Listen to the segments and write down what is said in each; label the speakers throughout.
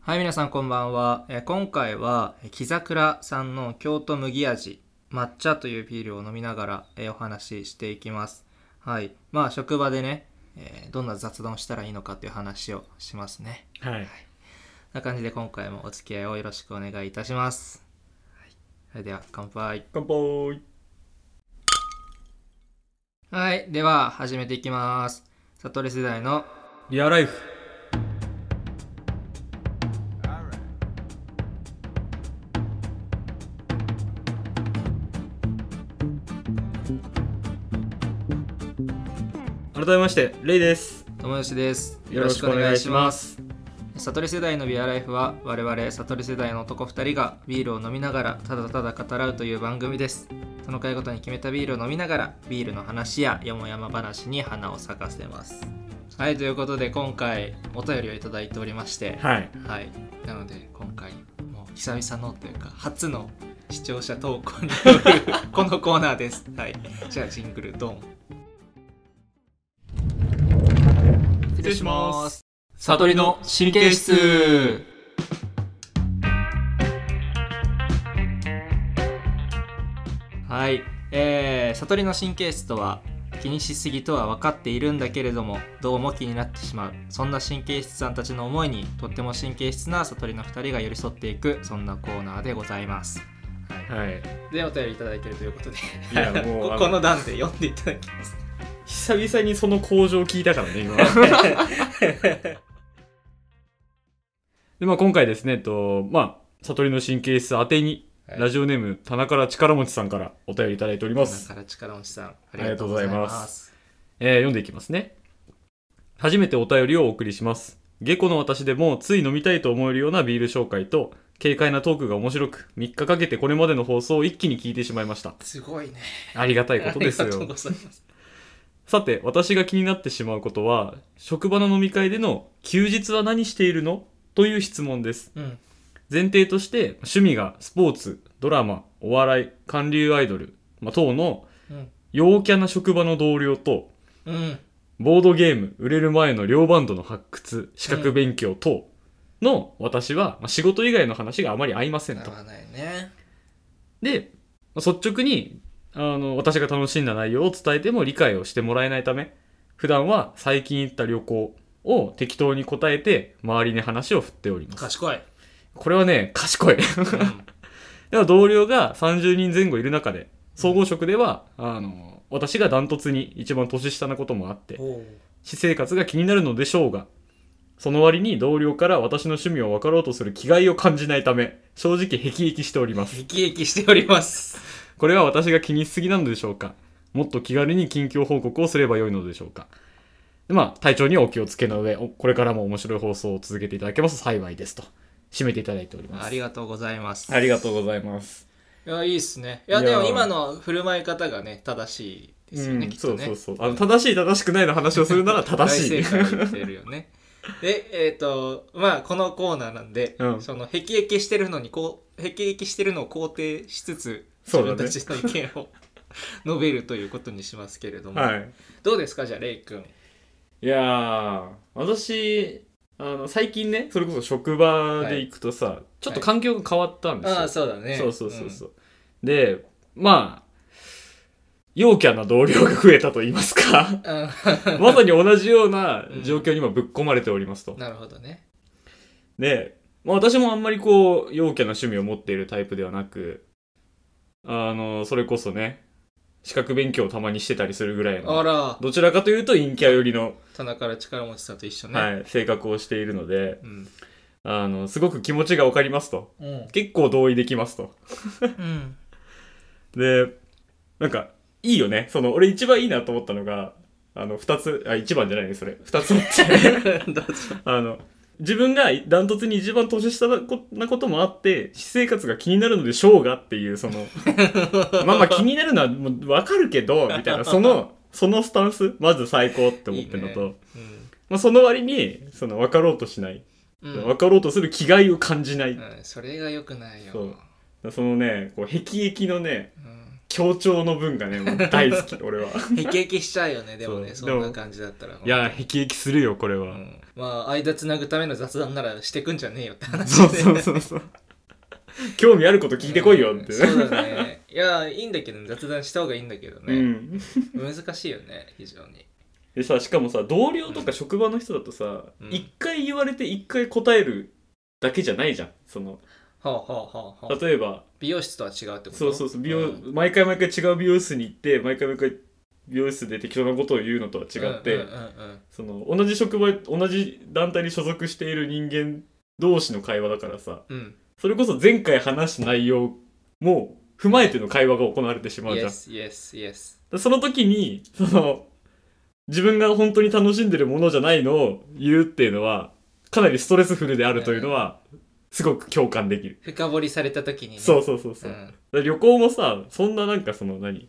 Speaker 1: はい、皆さんこんばんは。えー今回は、えー木桜さんの京都麦味抹茶というビールを飲みながら、えーお話ししていきます。はい。まあ、職場でね、えーどんな雑談をしたらいいのかという話をしますね。
Speaker 2: はい。
Speaker 1: そんな感じで今回もお付き合いをよろしくお願いいたします。はい、それでは、乾杯。
Speaker 2: 乾杯。
Speaker 1: はい。では、始めていきます。悟り世代の
Speaker 2: リアライフ。改めまして、レイです。
Speaker 1: 友吉です。
Speaker 2: す。
Speaker 1: 悟り世代のビアライフは我々悟り世代の男2人がビールを飲みながらただただ語らうという番組ですその回ごとに決めたビールを飲みながらビールの話やよもやま話に花を咲かせますはいということで今回お便りをいただいておりまして
Speaker 2: はい。
Speaker 1: はいなので今回もう久々のというか初の視聴者投稿 によるこのコーナーですはいじゃあジングルドン失
Speaker 2: 礼します
Speaker 1: 悟りの神経質はい、えー、悟りの神経質とは気にしすぎとは分かっているんだけれどもどうも気になってしまうそんな神経質さんたちの思いにとっても神経質な悟りの2人が寄り添っていくそんなコーナーでございます、は
Speaker 2: はい。
Speaker 1: い、でお便りいただいてるということで
Speaker 2: いやも
Speaker 1: こ
Speaker 2: うあの
Speaker 1: この段で読んでいただきます
Speaker 2: 久々にその工場聞いたからね、 今。で、まあ今回ですね、えっと、まあ、悟りの神経質宛てに、
Speaker 1: はい
Speaker 2: ラジオネーム、田中力持ちさんからお便りいただいておりま
Speaker 1: だ
Speaker 2: す。
Speaker 1: から力持ちさんあ
Speaker 2: りがとうございます
Speaker 1: りがとうございます
Speaker 2: えー読んでいきますね。初めてお便りをお送りします。下戸の私でもつい飲みたいと思えるようなビール紹介と、軽快なトークが面白く、3日かけてこれまでの放送を一気に聞いてしまいました。
Speaker 1: すごいね
Speaker 2: ありがた
Speaker 1: あ
Speaker 2: いことです
Speaker 1: りがとう
Speaker 2: よ
Speaker 1: ご。ざいます
Speaker 2: さて、私が気になってしまうことは、職場の飲み会での休日は何しているのという質問です。
Speaker 1: うん
Speaker 2: 前提として、趣味がスポーツ、ドラマ、お笑い、韓流アイドル、まあ、等の
Speaker 1: うん
Speaker 2: 陽キャな職場の同僚と、
Speaker 1: うん
Speaker 2: ボードゲーム、売れる前の両バンドの発掘、資格勉強等の私は、まあ仕事以外の話があまり合いません
Speaker 1: な
Speaker 2: と。
Speaker 1: らない ね
Speaker 2: で、まあ率直に、あの、私が楽しんだ内容を伝えても理解をしてもらえないため、普段は最近行った旅行を適当に答えて、周りに話を振っております。
Speaker 1: 賢い、
Speaker 2: これはね、賢い。
Speaker 1: うん
Speaker 2: では同僚が30人前後いる中で、総合職では、あの、私がダントツに一番年下なこともあって、
Speaker 1: おう
Speaker 2: 私生活が気になるのでしょうが、その割に同僚から私の趣味を分かろうとする気概を感じないため、正直ヘキヘキしております。
Speaker 1: 生き生きしております
Speaker 2: これは私が気にしすぎなのでしょうかもっと気軽に近況報告をすればよいのでしょうかでまあ、体調にはお気をつけの上、おこれからも面白い放送を続けていただけますと幸いですと、締めていただいております。
Speaker 1: ありがとうございます
Speaker 2: ありがとうございます。
Speaker 1: いやいいっすねいや
Speaker 2: いや
Speaker 1: でも今の振る舞い方がね正しいですよね、
Speaker 2: うん
Speaker 1: きっとね
Speaker 2: そうそうそう。あの、正しい正しくないの話をするなら正しい。
Speaker 1: 大 正解を言ってるよねでえっ、とまあこのコーナーなんで、
Speaker 2: うん
Speaker 1: そのへきしてるのにこうへきしてるのを肯定しつつ
Speaker 2: そ
Speaker 1: 自
Speaker 2: うだ
Speaker 1: 分
Speaker 2: ね
Speaker 1: たちの意見を 述べるということにしますけれども、
Speaker 2: はい。
Speaker 1: どうですかじゃあレイ君
Speaker 2: いやー、私、あの、最近ね、それこそ職場で行くとさ、ちょっと環境が変わったんですよ。
Speaker 1: ああそうだね、
Speaker 2: そうそうそうそう。で、まあ、陽キャな同僚が増えたと言いますか
Speaker 1: うん、
Speaker 2: まさに同じような状況に今ぶっ込まれておりますと。
Speaker 1: なるほどね
Speaker 2: で、まあ、私もあんまりこう、陽キャな趣味を持っているタイプではなく、あの、それこそね、資格勉強をたまにしてたりするぐらい
Speaker 1: あ
Speaker 2: の、
Speaker 1: ら
Speaker 2: どちらかというと陰キャ寄りの、
Speaker 1: 田中ら力持ちさんと一緒ね、
Speaker 2: はい、性格をしているので、
Speaker 1: うん
Speaker 2: あの、すごく気持ちがわかりますと。
Speaker 1: うん
Speaker 2: 結構同意できますと。
Speaker 1: うん
Speaker 2: で、なんか、いいよね。その、俺一番いいなと思ったのが、あの、二つ、あ、一番じゃないね、それ。二つあって、
Speaker 1: どうぞ
Speaker 2: あの、自分がダントツに一番年下なこなこともあって、私生活が気になるのでしょうがっていう、そ の、まあまあ気になるのはもうわかるけど、みたいな、その、そのスタンス、まず最高って思ってるのと、
Speaker 1: いいね
Speaker 2: まあその割に、その、分かろうとしない。
Speaker 1: うん、うん
Speaker 2: 分かろうとする気概を感じない。
Speaker 1: うん、それが良くないよ
Speaker 2: そうそのね、こう、へきのね、
Speaker 1: うん
Speaker 2: 拒象徴の文がねもう大好き俺は
Speaker 1: へきへきしちゃうよねでもねそ
Speaker 2: そ
Speaker 1: う
Speaker 2: でも
Speaker 1: んな感じだったら
Speaker 2: いや辟易するよこれ
Speaker 1: う
Speaker 2: は、
Speaker 1: んまあ間つなぐための雑談ならしてくんじゃねえよって話
Speaker 2: そ
Speaker 1: で
Speaker 2: うそうそうそう興味あること聞いてこいよって、
Speaker 1: うんそうだねいやいいんだけど雑談した方がいいんだけど
Speaker 2: う
Speaker 1: ね、
Speaker 2: ん
Speaker 1: 難しいよね非常に
Speaker 2: でさしかもさ同僚とか職場の人だとさ
Speaker 1: うん
Speaker 2: 一、回言われて一回答えるだけじゃないじゃんその
Speaker 1: はあはあはあはあ
Speaker 2: 例えば
Speaker 1: 美容室とは違うってこと
Speaker 2: そうそうそう美容、
Speaker 1: ん
Speaker 2: 毎回毎回違う美容室に行って毎回毎回美容室で適当なことを言うのとは違って、
Speaker 1: うんうんうんうん
Speaker 2: その同じ職場同じ団体に所属している人間同士の会話だからさ
Speaker 1: うん
Speaker 2: それこそ前回話した内容も踏まえての会話が行われてしまうじゃん
Speaker 1: Yes, yes, yes.
Speaker 2: でその時にその自分が本当に楽しんでるものじゃないのを言うっていうのはかなりストレスフルであるというのはすごく共感できる、
Speaker 1: 深掘りされた時にね。
Speaker 2: そうそうそうそうう、
Speaker 1: ん。
Speaker 2: で旅行もさそんななんかその何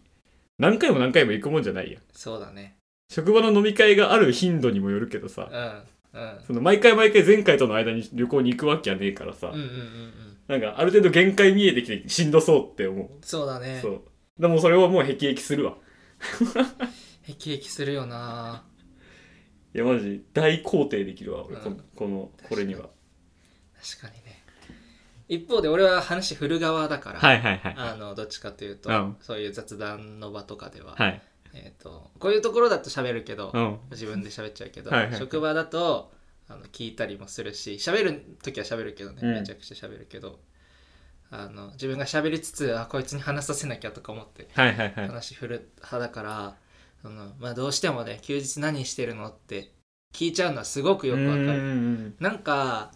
Speaker 2: 何回も何回も行くもんじゃないや
Speaker 1: そうだね。
Speaker 2: 職場の飲み会がある頻度にもよるけどさ
Speaker 1: うん。うん。
Speaker 2: その毎回毎回前回との間に旅行に行くわけじゃねえからさ、
Speaker 1: うんうんうんうん。
Speaker 2: なんかある程度限界見えてきてしんどそうって思
Speaker 1: そうだ
Speaker 2: う、
Speaker 1: ね
Speaker 2: そ。うでもそれをもう辟易するわ
Speaker 1: へきへきするよない
Speaker 2: やマジ大肯定できるわ俺この
Speaker 1: うん
Speaker 2: このこれには
Speaker 1: 確かにね。一方で俺は話振る側だから、
Speaker 2: いはいは
Speaker 1: あの、どっちかというと、
Speaker 2: うん
Speaker 1: そういう雑談の場とかでは、
Speaker 2: はい
Speaker 1: えっ、と、こういうところだと喋るけど、
Speaker 2: ん
Speaker 1: 自分で喋っちゃうけど、
Speaker 2: はいはい
Speaker 1: 職場だとあの聞いたりもするし喋る時は喋るけどね、
Speaker 2: うん
Speaker 1: めちゃくちゃ喋るけどあの自分が喋りつつあこいつに話させなきゃとか思って
Speaker 2: はいはいは
Speaker 1: 話振る派だから、そのまあ、どうしてもね休日何してるのって聞いちゃうのはすごくよくわか
Speaker 2: う
Speaker 1: る。
Speaker 2: ん
Speaker 1: なんか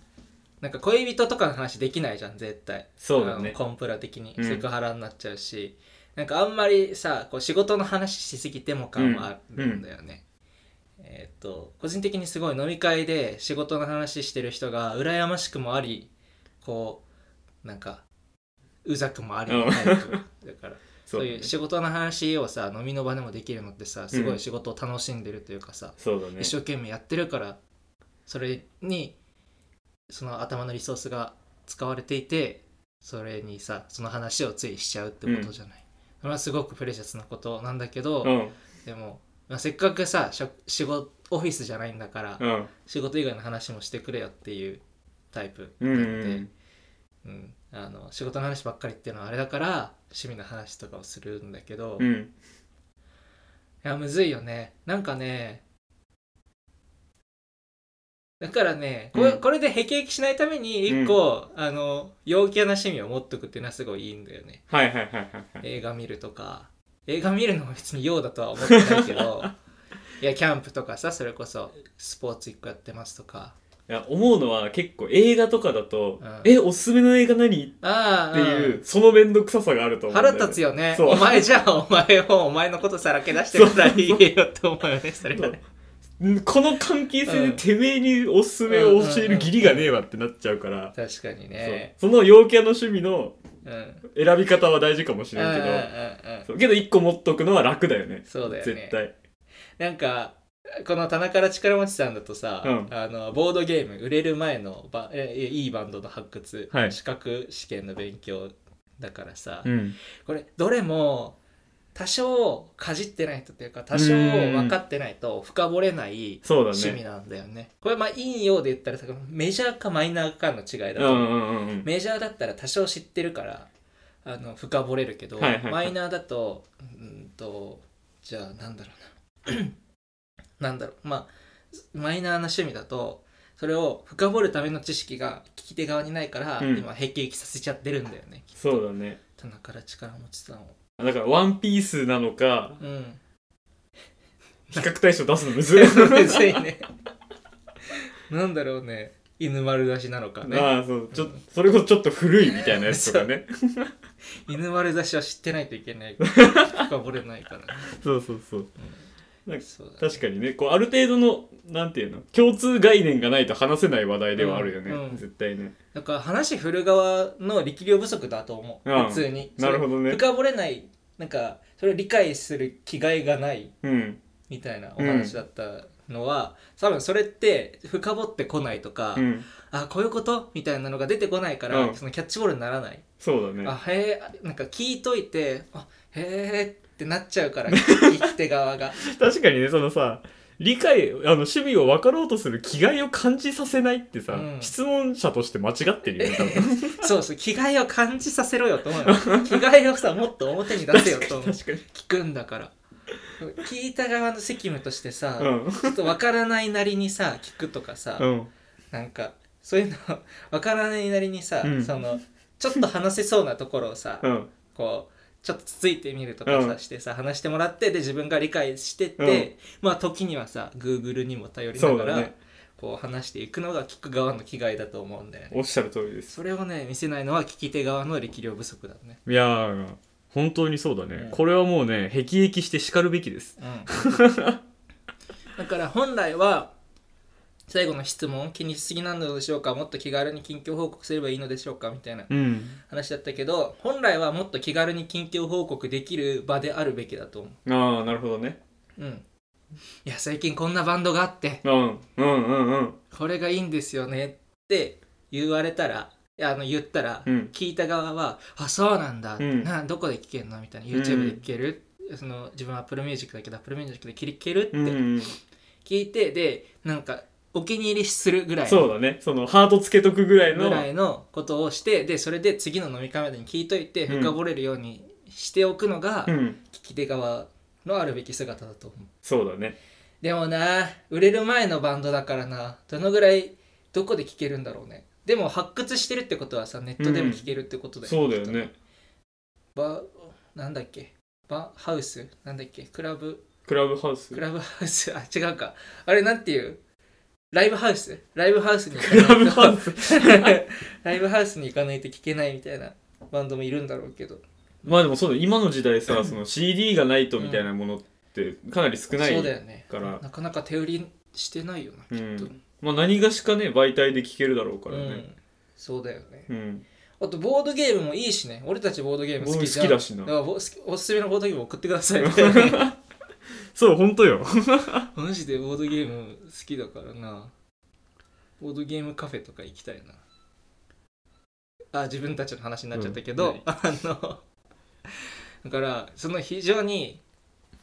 Speaker 1: なんか恋人とかの話できないじゃん絶対
Speaker 2: そうだね
Speaker 1: あのコンプラ的に
Speaker 2: うん
Speaker 1: セクハラになっちゃうし、なんかあんまりさこう仕事の話しすぎても感はあるんだよね、えーっと個人的にすごい飲み会で仕事の話してる人が羨ましくもありこうなんかうざくもありのタイプだから
Speaker 2: そ
Speaker 1: そうういう仕事の話をさ飲みの場でもできるのってさすごい仕事を楽しんでるというかさ、
Speaker 2: そうだね
Speaker 1: 一生懸命やってるからそれにその頭のリソースが使われていてそれにさその話をついしちゃうってことじゃない、それはすごくプレシャスなことなんだけど、
Speaker 2: うん
Speaker 1: でも、まあ、せっかくさしょ仕事オフィスじゃないんだから、
Speaker 2: うん
Speaker 1: 仕事以外の話もしてくれよっていうタイプ
Speaker 2: う
Speaker 1: なので、
Speaker 2: ん
Speaker 1: うんあの仕事の話ばっかりっていうのはあれだから趣味の話とかをするんだけど、
Speaker 2: う
Speaker 1: い
Speaker 2: ん
Speaker 1: やむずいよねなんかねだからねこれ,、
Speaker 2: うん
Speaker 1: これでへきへきしないために一個、あの陽気な趣味を持っとくっていうのはすごいいいんだよね
Speaker 2: はいはいはいはいはい
Speaker 1: 映画見るとか映画見るのも別に用だとは思ってないけ どいやキャンプとかさそれこそスポーツ一個やってますとか
Speaker 2: いや思うのは結構映画とかだと
Speaker 1: うん
Speaker 2: 「えおすすめの映画何?」
Speaker 1: ああ
Speaker 2: ってい
Speaker 1: ん
Speaker 2: うその面倒くささがあると思うんだ
Speaker 1: 腹
Speaker 2: よね
Speaker 1: 立つよね
Speaker 2: そう
Speaker 1: お前じゃあお前をお前のことさらけ出してから言えよって思うよねそれがね
Speaker 2: うんこの関係性
Speaker 1: う
Speaker 2: で
Speaker 1: ん
Speaker 2: てめえにおすすめを教える義理がねえわってなっちゃうから、
Speaker 1: 確かに
Speaker 2: そう
Speaker 1: ね
Speaker 2: その陽キャの趣味の
Speaker 1: うんうん
Speaker 2: 選び方は大事かもし
Speaker 1: うん
Speaker 2: れんけど、
Speaker 1: うんうん
Speaker 2: そうけど一個持っとくのは楽だよね
Speaker 1: そうだよね
Speaker 2: 絶対
Speaker 1: なんかこの棚から力持ちさんだとさ、
Speaker 2: うん
Speaker 1: あのボードゲーム売れる前のばえいいバンドの発掘、
Speaker 2: はい
Speaker 1: 資格試験の勉強だからさ、
Speaker 2: ん
Speaker 1: これどれも多少かじってない人というか多少
Speaker 2: うん
Speaker 1: 分かってないと深掘れない
Speaker 2: そうだ
Speaker 1: 趣味
Speaker 2: ね
Speaker 1: なんだよね。これまあいいようで言ったらさメジャーかマイナーかの違いだ
Speaker 2: う
Speaker 1: と思うん
Speaker 2: うんうんうん
Speaker 1: メジャーだったら多少知ってるからあの深掘れるけど、
Speaker 2: はいはいはい
Speaker 1: マイナーだとうんとじゃあなん だろうななんだろうまあマイナーな趣味だとそれを深掘るための知識が聞き手側にないから、
Speaker 2: うん
Speaker 1: 今へきへきさせちゃってるんだよね
Speaker 2: そうだね
Speaker 1: 棚から力持ちさんを
Speaker 2: だから「ワンピースなのか
Speaker 1: うん
Speaker 2: 比較対象出すのむずい
Speaker 1: むずいねなんだろうね犬丸出しなのかね
Speaker 2: ああそうちょそれこそちょっと古いみたいなやつと かね
Speaker 1: 犬丸出しは知ってないといけ ない深掘れないから、
Speaker 2: そうそうそう
Speaker 1: うんそうだね
Speaker 2: 確かにねこうある程度のなんていうの共通概念がないと話せない話題ではあるよね、
Speaker 1: うんうん
Speaker 2: 絶対ね
Speaker 1: だから話振る側の力量不足だと思う、
Speaker 2: うん
Speaker 1: 普通に
Speaker 2: なるほどね
Speaker 1: それ深掘れないなんかそれを理解する気概がない
Speaker 2: うん
Speaker 1: みたいなお話だったんのは多分それって深掘ってこないとか、
Speaker 2: うん、
Speaker 1: あこういうことみたいなのが出てこないから、
Speaker 2: うん
Speaker 1: そのキャッチボールにならない、
Speaker 2: そうだね
Speaker 1: あへえなんか聞いといてあへえってなっちゃうから 聞き手側が
Speaker 2: 確かにねそのさ理解あの趣味を分かろうとする気概を感じさせないってさ、
Speaker 1: うん
Speaker 2: 質問者として間違ってるよ ね多分
Speaker 1: そうそう着替えを感じさせろよと思うよ着替えをさもっと表に出せよと思う
Speaker 2: 確かに
Speaker 1: 聞くんだから聞いた側の責務としてさ、
Speaker 2: うん
Speaker 1: ちょっと分からないなりにさ聞くとかさ、
Speaker 2: うん
Speaker 1: なんかそういうの分からないなりにさ、
Speaker 2: うん
Speaker 1: そのちょっと話せそうなところをさ、
Speaker 2: うん
Speaker 1: こうちょっとつついてみるとかさ、
Speaker 2: うん
Speaker 1: してさ話してもらってで自分が理解してって、まあ時にはさ Google にも頼りな
Speaker 2: そう
Speaker 1: が
Speaker 2: だ
Speaker 1: ら、
Speaker 2: ね
Speaker 1: こう話していくのが聞く側の気概だと思うんだよね
Speaker 2: おっしゃる通りです
Speaker 1: それをね見せないのは聞き手側の力量不足だね
Speaker 2: いやー本当にそうだね、
Speaker 1: うん
Speaker 2: これはもうね辟易して叱るべきです
Speaker 1: うんだから本来は最後の質問気にしすぎなのでしょうかもっと気軽に近況報告すればいいのでしょうかみたいな
Speaker 2: うん
Speaker 1: 話だったけど本来はもっと気軽に近況報告できる場であるべきだと思
Speaker 2: ああなるほどね
Speaker 1: ううんいや最近こんなバンドがあって
Speaker 2: うんうんうんうん
Speaker 1: これがいいんですよねって言われたらいやあの言ったら、
Speaker 2: うん
Speaker 1: 聞いた側は「あそうなんだ、
Speaker 2: うん
Speaker 1: などこで聞けるの?」みたいな「
Speaker 2: ん
Speaker 1: YouTube で聞けるその自分は Apple Music だけど Apple Music で聞ける?」って
Speaker 2: うんうん
Speaker 1: 聞いて、でなんかお気に入りするぐらい
Speaker 2: そうだねそのハートつけとくぐらいの
Speaker 1: ぐらいのことをしてでそれで次の飲み会までに聞いといて
Speaker 2: うん
Speaker 1: 深掘れるようにしておくのが、
Speaker 2: うん
Speaker 1: 聞き手側のあるべき姿だと思う
Speaker 2: そうだね
Speaker 1: でもな売れる前のバンドだからなどのぐらいどこで聴けるんだろうねでも発掘してるってことはさネットでも聴けるってことだよ、
Speaker 2: そうだよ
Speaker 1: きっ
Speaker 2: ね
Speaker 1: とバなんだっけバハウスなんだっけクラブ
Speaker 2: クラブハウス
Speaker 1: ク
Speaker 2: ク
Speaker 1: ラブハウスあ違うかあれなんていうライブハウスライブハウスに行かないと
Speaker 2: ラブハウ ス
Speaker 1: ライブハウスに行かないと聴けないみたいなバンドもいるんだろうけど
Speaker 2: まあでもそうだ今の時代さその CD がないとみたいなものってかなり少ない
Speaker 1: そうだよね
Speaker 2: から
Speaker 1: なかなか手売りしてないよな
Speaker 2: う
Speaker 1: きっと、
Speaker 2: んまあ何がしかね媒体で聴けるだろうから
Speaker 1: う
Speaker 2: ね
Speaker 1: んそうだよね
Speaker 2: うん
Speaker 1: あとボードゲームもいいしね俺たちボードゲーム好きじゃん
Speaker 2: 俺好きだしな
Speaker 1: からぼおすおすすめのボードゲーム送ってくだ さい
Speaker 2: そう本当よ
Speaker 1: マジでボードゲーム好きだからなボードゲームカフェとか行きたいなあ自分たちの話になっちゃったけど、
Speaker 2: うん
Speaker 1: あの だからその非常に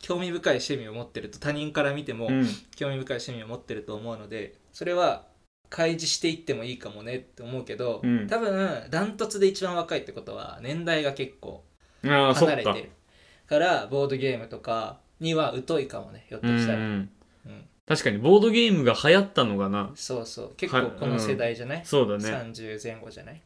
Speaker 1: 興味深い趣味を持ってると他人から見ても
Speaker 2: うん
Speaker 1: 興味深い趣味を持ってると思うのでそれは開示していってもいいかもねって思うけど、
Speaker 2: うん
Speaker 1: 多分ダントツで一番若いってことは年代が結構
Speaker 2: ああそ
Speaker 1: 離
Speaker 2: っ
Speaker 1: れ
Speaker 2: か
Speaker 1: てるからボードゲームとかには疎いかもねひょっと
Speaker 2: うん
Speaker 1: した
Speaker 2: う
Speaker 1: ら、
Speaker 2: ん
Speaker 1: うん
Speaker 2: 確かにボードゲームが流行ったのがな
Speaker 1: そうそう結構この世代じゃない、
Speaker 2: そうだね
Speaker 1: 30前後じゃない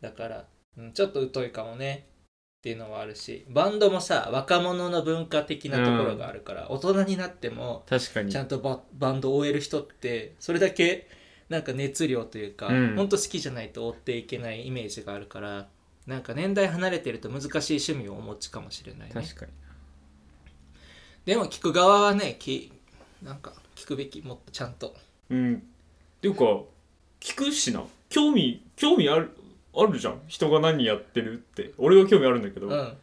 Speaker 1: だから、うん、ちょっと疎いかもねっていうのはあるしバンドもさ若者の文化的なところがあるから、大人になっても
Speaker 2: 確かに
Speaker 1: ちゃんとババンドを終える人ってそれだけなんか熱量というか、
Speaker 2: うん
Speaker 1: ほんと好きじゃないと追っていけないイメージがあるからなんか年代離れてると難しい趣味をお持ちかもしれないね
Speaker 2: 確かに
Speaker 1: でも聞く側はねきなんか聞くべきもっとちゃんと
Speaker 2: うんっていうか聞くしな興味興味あるあるじゃん人が何やってるって俺は興味あるんだけど、
Speaker 1: うん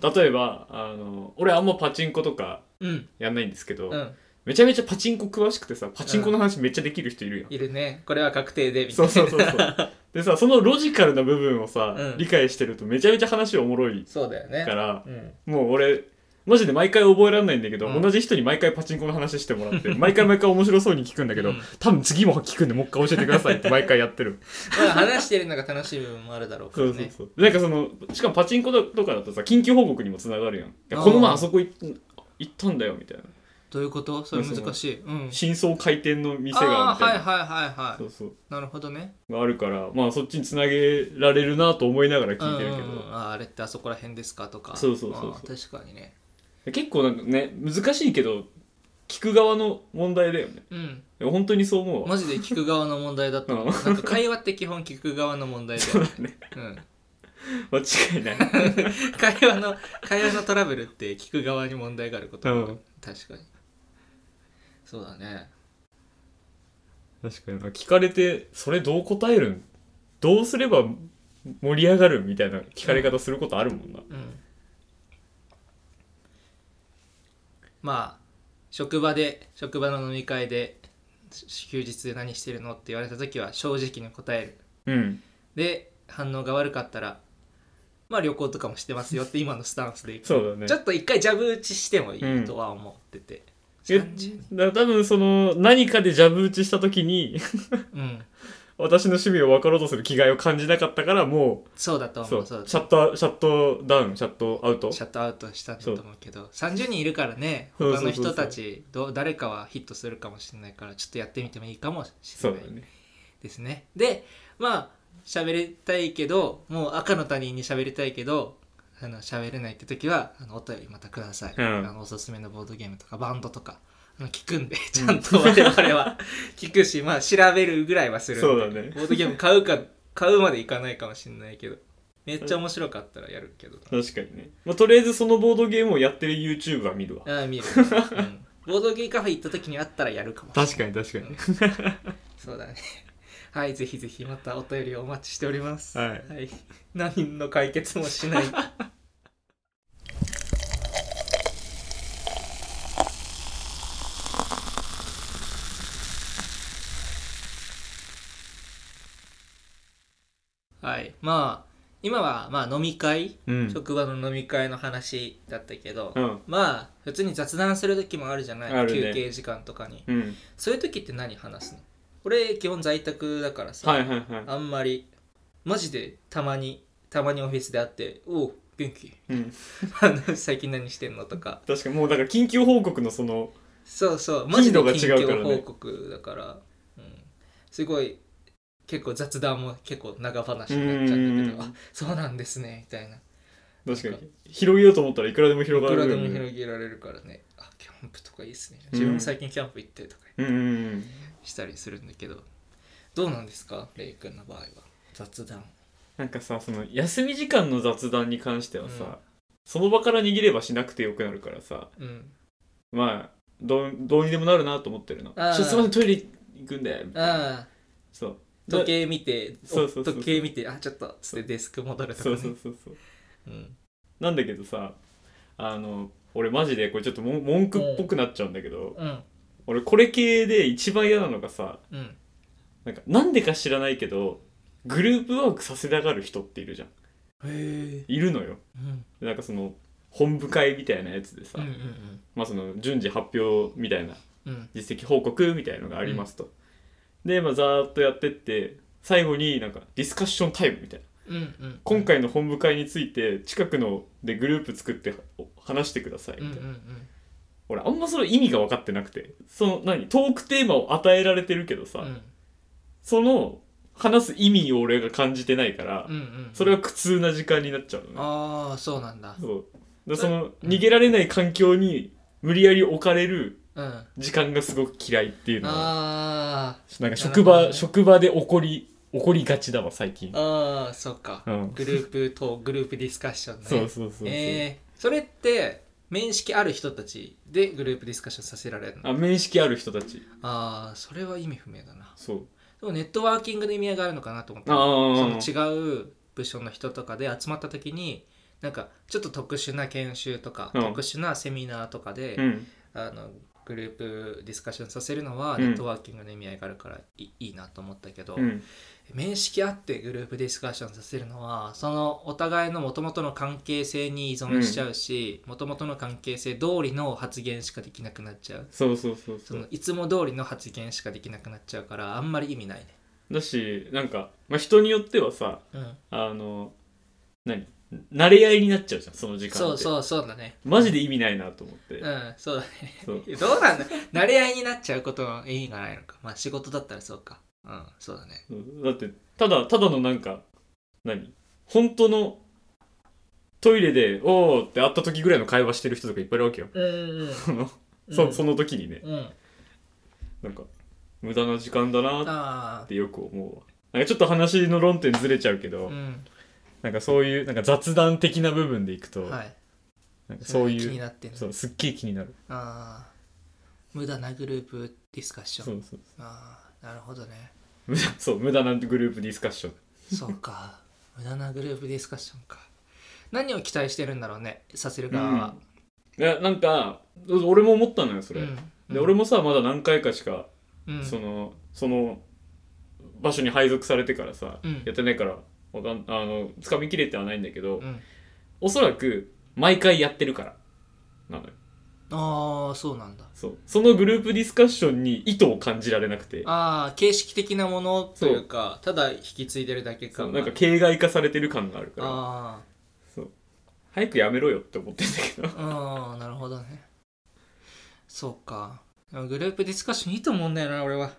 Speaker 2: だ例えばあの俺あんまパチンコとか
Speaker 1: うん
Speaker 2: やんないんですけど、
Speaker 1: うん
Speaker 2: めちゃめちゃパチンコ詳しくてさパチンコの話めっちゃできる人いるやん、
Speaker 1: いるねこれは確定でみた
Speaker 2: そ
Speaker 1: いうな
Speaker 2: そうそうそう でさそのロジカルな部分をさ、
Speaker 1: うん
Speaker 2: 理解してるとめちゃめちゃ話おもろい
Speaker 1: そうだよね
Speaker 2: から
Speaker 1: うん
Speaker 2: もう俺マジで毎回覚えられないんだけど、
Speaker 1: うん
Speaker 2: 同じ人に毎回パチンコの話してもらって 毎回毎回面白そうに聞くんだけど、
Speaker 1: うん
Speaker 2: 多分次も聞くんでもう一回教えてくださいって毎回やってる
Speaker 1: まあ話してるのが楽しい部分もあるだろうか
Speaker 2: そ
Speaker 1: ら
Speaker 2: う
Speaker 1: ね
Speaker 2: そうそうなんかそのしかもパチンコとかだとさ緊急報告にもつながるやんいや
Speaker 1: あー
Speaker 2: この前あそこ行っ行ったんだよみたいな
Speaker 1: どういうことそれ難しいうん
Speaker 2: 真相回転の店が
Speaker 1: あ
Speaker 2: み
Speaker 1: あー
Speaker 2: たい
Speaker 1: は
Speaker 2: な、
Speaker 1: いはいはいは
Speaker 2: そうそう
Speaker 1: いなるほどね
Speaker 2: があるからまあそっちにつなげられるなと思いながら聞いてるけど、
Speaker 1: うんうんうんあーあれってあそこら辺ですかとか
Speaker 2: そうそうそうそう
Speaker 1: あー確かにね
Speaker 2: 結構なんかね難しいけど聞く側の問題だよね
Speaker 1: うん
Speaker 2: でも本当にそう思うわ
Speaker 1: マジで聞く側の問題だと思う
Speaker 2: うん
Speaker 1: なんか会話って基本聞く側の問題 だよねうん
Speaker 2: 間違いない
Speaker 1: 会話の会話のトラブルって聞く側に問題があることが多い、
Speaker 2: うん
Speaker 1: 確かにそうだね
Speaker 2: 確かに聞かれてそれどう答えるんどうすれば盛り上がるみたいな聞かれ方することあるもんな
Speaker 1: うんまあ職場で職場の飲み会でし休日何してるのって言われた時は正直に答える
Speaker 2: うん
Speaker 1: で反応が悪かったらまあ旅行とかもしてますよって今のスタンスでいく
Speaker 2: そうだね
Speaker 1: ちょっと一回ジャブ打ちしてもいいとは思ってて、
Speaker 2: え
Speaker 1: 30
Speaker 2: だから多分その何かでジャブ打ちした時に
Speaker 1: うん
Speaker 2: 私の趣味を分かろうとする気概を感じなかったからも
Speaker 1: そうだと
Speaker 2: う
Speaker 1: 思
Speaker 2: そうう
Speaker 1: そうだと
Speaker 2: シャットシャットダウンシャットアウト
Speaker 1: シャットアウトしたんだと思うけど30人いるからね
Speaker 2: そう
Speaker 1: 他
Speaker 2: そう
Speaker 1: の
Speaker 2: そうそう
Speaker 1: 人たちどう誰かはヒットするかもしれないからちょっとやってみてもいいかもし
Speaker 2: そ
Speaker 1: れ
Speaker 2: う
Speaker 1: な
Speaker 2: だ
Speaker 1: い
Speaker 2: ね
Speaker 1: ですねでまあ喋りたいけどもう赤の他人に喋りたいけどあの喋れないって時はあのお便りまたください、
Speaker 2: うん
Speaker 1: あのおすすめのボードゲームとかバンドとかあの聞くんでちゃんと我々は聞くしまあ調べるぐらいはするんで
Speaker 2: そうだね
Speaker 1: ボードゲーム買うか買うまでいかないかもしれないけどめっちゃ面白かったらやるけど、
Speaker 2: 確かにね、まあ、とりあえずそのボードゲームをやってる YouTube は見るわ
Speaker 1: ああ見る、うん、ボードゲーカフェ行った時にあったらやるかもしれない
Speaker 2: 確かに確かに
Speaker 1: そうだね はいぜひぜひまたお便りをお待ちしております
Speaker 2: はい
Speaker 1: 何の解決もしない はいまあ今はまあ飲み会、
Speaker 2: うん
Speaker 1: 職場の飲み会の話だったけど、
Speaker 2: うん
Speaker 1: まあ普通に雑談する時もあるじゃない、
Speaker 2: あるね
Speaker 1: 休憩時間とかに
Speaker 2: うん
Speaker 1: そういう時って何話すの俺基本在宅だからさ、
Speaker 2: はいはいはい
Speaker 1: あんまりマジでたまにたまにオフィスで会って「おう元気
Speaker 2: うん、
Speaker 1: あの最近何してんの?」とか
Speaker 2: 確かにもうだから緊急報告のその
Speaker 1: そうそうマジ
Speaker 2: 頻
Speaker 1: で
Speaker 2: 度が
Speaker 1: 緊
Speaker 2: 違うからね
Speaker 1: 急報告だからうん、すごい結構雑談も結構長話になっちゃうんだけ
Speaker 2: うん
Speaker 1: ど「あそうなんですね」みたいな
Speaker 2: 確かに広げようと思ったらいくらでも
Speaker 1: い
Speaker 2: 広が
Speaker 1: く
Speaker 2: る
Speaker 1: ら
Speaker 2: よ
Speaker 1: で
Speaker 2: ね
Speaker 1: も広げられるからね「あキャンプとかいいっすね自分も最近キャンプ行って」とか
Speaker 2: うんうんうん
Speaker 1: したりするんだけどどうなんですかレイ君の場合は雑談
Speaker 2: なんかさその休み時間の雑談に関してはさ、
Speaker 1: うん
Speaker 2: その場から逃げればしなくてよくなるからさ
Speaker 1: うん
Speaker 2: まあどうどうにでもなるなと思ってるのち
Speaker 1: あ
Speaker 2: ょ
Speaker 1: ー
Speaker 2: っとすいませんトイレ行くんだよみたいな
Speaker 1: ああ
Speaker 2: そう
Speaker 1: 時計見てお
Speaker 2: そうそうそうそう
Speaker 1: 時計見てあちょっとつってデスク戻るとか
Speaker 2: そ
Speaker 1: ね
Speaker 2: うそうそうそう
Speaker 1: うん
Speaker 2: なんだけどさあの俺マジでこれちょっともん文句っぽくなっちゃうんだけど、
Speaker 1: うん
Speaker 2: 俺これ系で一番嫌なのがさ
Speaker 1: うん
Speaker 2: なんかなんでか知らないけどグループワークさせたがる人っているじゃん
Speaker 1: へえ
Speaker 2: いるのよ
Speaker 1: うん
Speaker 2: なんかその本部会みたいなやつでさ、
Speaker 1: うんうん
Speaker 2: まあその順次発表みたいな
Speaker 1: うんうん
Speaker 2: 実績報告みたいのがありますと、でまあざーっとやってって最後になんかディスカッションタイムみたいな
Speaker 1: うんうん
Speaker 2: 今回の本部会について近くのでグループ作ってお話してくださいみ
Speaker 1: う
Speaker 2: たい
Speaker 1: ん
Speaker 2: な、
Speaker 1: うんうん
Speaker 2: 俺あんまその意味が分かってなくてその何トークテーマを与えられてるけどさ、
Speaker 1: うん
Speaker 2: その話す意味を俺が感じてないから、
Speaker 1: うんうん
Speaker 2: それは苦痛な時間になっちゃうのね
Speaker 1: ああそうなんだ
Speaker 2: そうでその
Speaker 1: うん
Speaker 2: 逃げられない環境に無理やり置かれる
Speaker 1: うんあ
Speaker 2: 時間がすごく嫌いっていうのは
Speaker 1: あ
Speaker 2: なんか職場、
Speaker 1: なるほどね
Speaker 2: 職場で起こり起こりがちだわ最近
Speaker 1: ああそうか
Speaker 2: うん
Speaker 1: グループとグループディスカッションね
Speaker 2: そうそうそうそう、
Speaker 1: えーそれって面識ある人たちでグループディスカッションさせられるの
Speaker 2: あ面識ある人たち
Speaker 1: ああそれは意味不明だな
Speaker 2: そう
Speaker 1: でもネットワーキングの意味合いがあるのかなと思った
Speaker 2: あー
Speaker 1: その違う部署の人とかで集まった時になんかちょっと特殊な研修とか、
Speaker 2: うん
Speaker 1: 特殊なセミナーとかで、
Speaker 2: うん
Speaker 1: あのグループディスカッションさせるのは
Speaker 2: うん
Speaker 1: ネットワーキングの意味合いがあるからいい,、いなと思ったけど、
Speaker 2: うん
Speaker 1: 面識あってグループディスカッションさせるのはそのお互いの元々の関係性に依存しちゃうし、元々の関係性通りの発言しかできなくなっちゃう
Speaker 2: そうそうそう
Speaker 1: そ
Speaker 2: そう
Speaker 1: のいつも通りの発言しかできなくなっちゃうからあんまり意味ないね
Speaker 2: だしなんか、まあ、人によってはさ
Speaker 1: うん
Speaker 2: あの何慣れ合いになっちゃうじゃんその時間って
Speaker 1: そうそうそうだね
Speaker 2: マジで意味ないなと思って、
Speaker 1: うんそうだ
Speaker 2: そう
Speaker 1: ねどうなんだ慣れ合いになっちゃうことの意味がないのかまあ仕事だったらそうかうんそうだね
Speaker 2: うんだってただただのなんか何本当のトイレで「おー」って会った時ぐらいの会話してる人とかいっぱいいるわけよ
Speaker 1: うん
Speaker 2: そのそそ
Speaker 1: の
Speaker 2: の時にね
Speaker 1: うん
Speaker 2: なんか無駄な時間だなっ
Speaker 1: あ
Speaker 2: てよく思うわなんかちょっと話の論点ずれちゃうけ
Speaker 1: あ
Speaker 2: ど、
Speaker 1: うん
Speaker 2: なんかそういうなんか雑談的な部分でいくと、
Speaker 1: はい
Speaker 2: なんかそう
Speaker 1: 気
Speaker 2: い
Speaker 1: に
Speaker 2: う
Speaker 1: なってんの
Speaker 2: そうすっげえ気になる
Speaker 1: ああ無駄なグループディスカッショ
Speaker 2: そ
Speaker 1: ン
Speaker 2: うそう
Speaker 1: ああなるほどね
Speaker 2: 無駄そう 無駄なグループディスカッション
Speaker 1: そうか 無駄なグループディスカッションか何を期待してるんだろうねさせる側は、
Speaker 2: いやなんか俺も思ったのよそれ、
Speaker 1: うん
Speaker 2: で俺もさまだ何回かしか、
Speaker 1: うん
Speaker 2: そのその場所に配属されてからさ、
Speaker 1: うん
Speaker 2: やってないからわかんあの掴みきれてはないんだけど、
Speaker 1: うん
Speaker 2: おそらく毎回やってるからなのよ
Speaker 1: ああそうなんだ
Speaker 2: そうそのグループディスカッションに意図を感じられなくて
Speaker 1: ああ形式的なものというかただ引き継いでるだけ
Speaker 2: そ
Speaker 1: か
Speaker 2: うなんか形骸化されてる感があるから
Speaker 1: あ
Speaker 2: そう早くやめろよって思ってんだけど
Speaker 1: あああなるほどねそうかでもグループディスカッションいいと思うんだよな俺は